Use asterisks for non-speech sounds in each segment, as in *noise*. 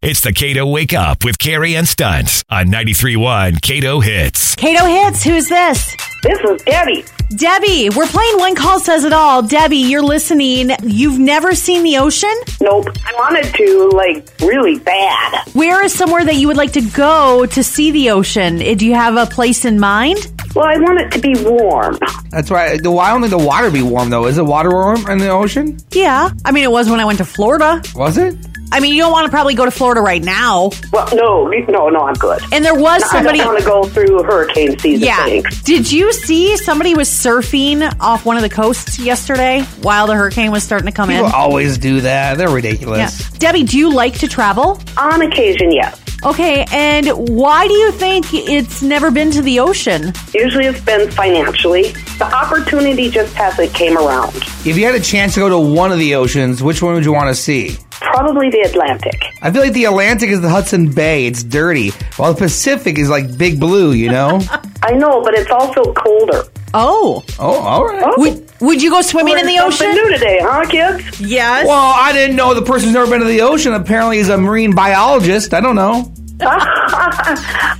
It's the Cato Wake Up with Carrie and Stunts on 93.1 Cato Hits. Kato Hits, who's this? This is Debbie. Debbie, we're playing One Call Says It All. Debbie, you're listening. You've never seen the ocean? Nope. I wanted to, like, really bad. Where is somewhere that you would like to go to see the ocean? Eh, Do you have a place in mind? Well, I want it to be warm. That's why. The, why only the water be warm though? Is the water warm in the ocean? Yeah. I mean, it was when I went to Florida. Was it? I mean, you don't want to probably go to Florida right now. Well, no, no, no, I'm good. And there was somebody. I don't want to go through hurricane season. Yeah. Thanks. Did you see somebody was surfing off one of the coasts yesterday while the hurricane was starting to come in? People always do that. They're Yeah. ridiculous. Debbie, do you like to travel? On occasion, yes. Okay, and why do you think it's never been to the ocean? Usually it's been financially. The opportunity just hasn't came around. If you had a chance to go to one of the oceans, which one would you want to see? Probably the Atlantic. I feel like the Atlantic is the Hudson Bay. It's dirty, while the Pacific is like big blue. *laughs* You know? I know, but it's also colder. Oh, oh, all right. would would you go swimming in the Learned something ocean? new today, huh, kids? *laughs* Yes. Well, I didn't know the person who's never been to the ocean apparently is a marine biologist. I don't know.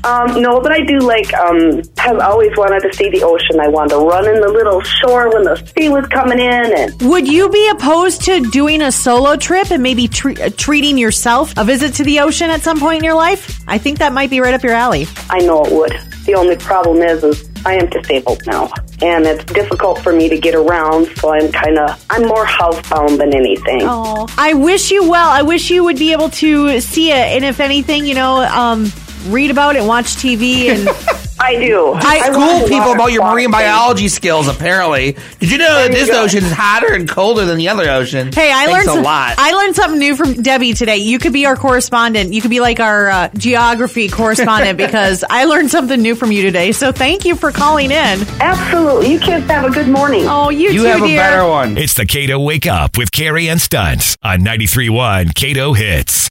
um, no, but I do like. Um, have always wanted to see the ocean. I wanted to run in the little shore when the sea was coming in, and Would you be opposed to doing a solo trip and maybe tre- uh, treating yourself a visit to the ocean at some point in your life? I think that might be right up your alley. I know it would. The only problem is, is I am disabled now, and it's difficult for me to get around. So I'm kind of, I'm more housebound than anything. Oh, I wish you well. I wish you would be able to see it, and if anything, you know, um, read about it, watch TV, *laughs* and I do. I- want School to people water about your sports marine and- biology skills. Apparently, did you know that There you this go. ocean is hotter and colder than the other ocean? Hey, I Thanks learned a some- lot. I learned something new from Debbie today. You could be our correspondent. You could be like our uh, geography *laughs* correspondent because I learned something new from you today. So thank you for calling in. Absolutely. You kids have a good morning. Oh, you, you too, have dear. a better one. It's the Cato Wake Up with Carrie and Stunts on 93.1 Cato Hits.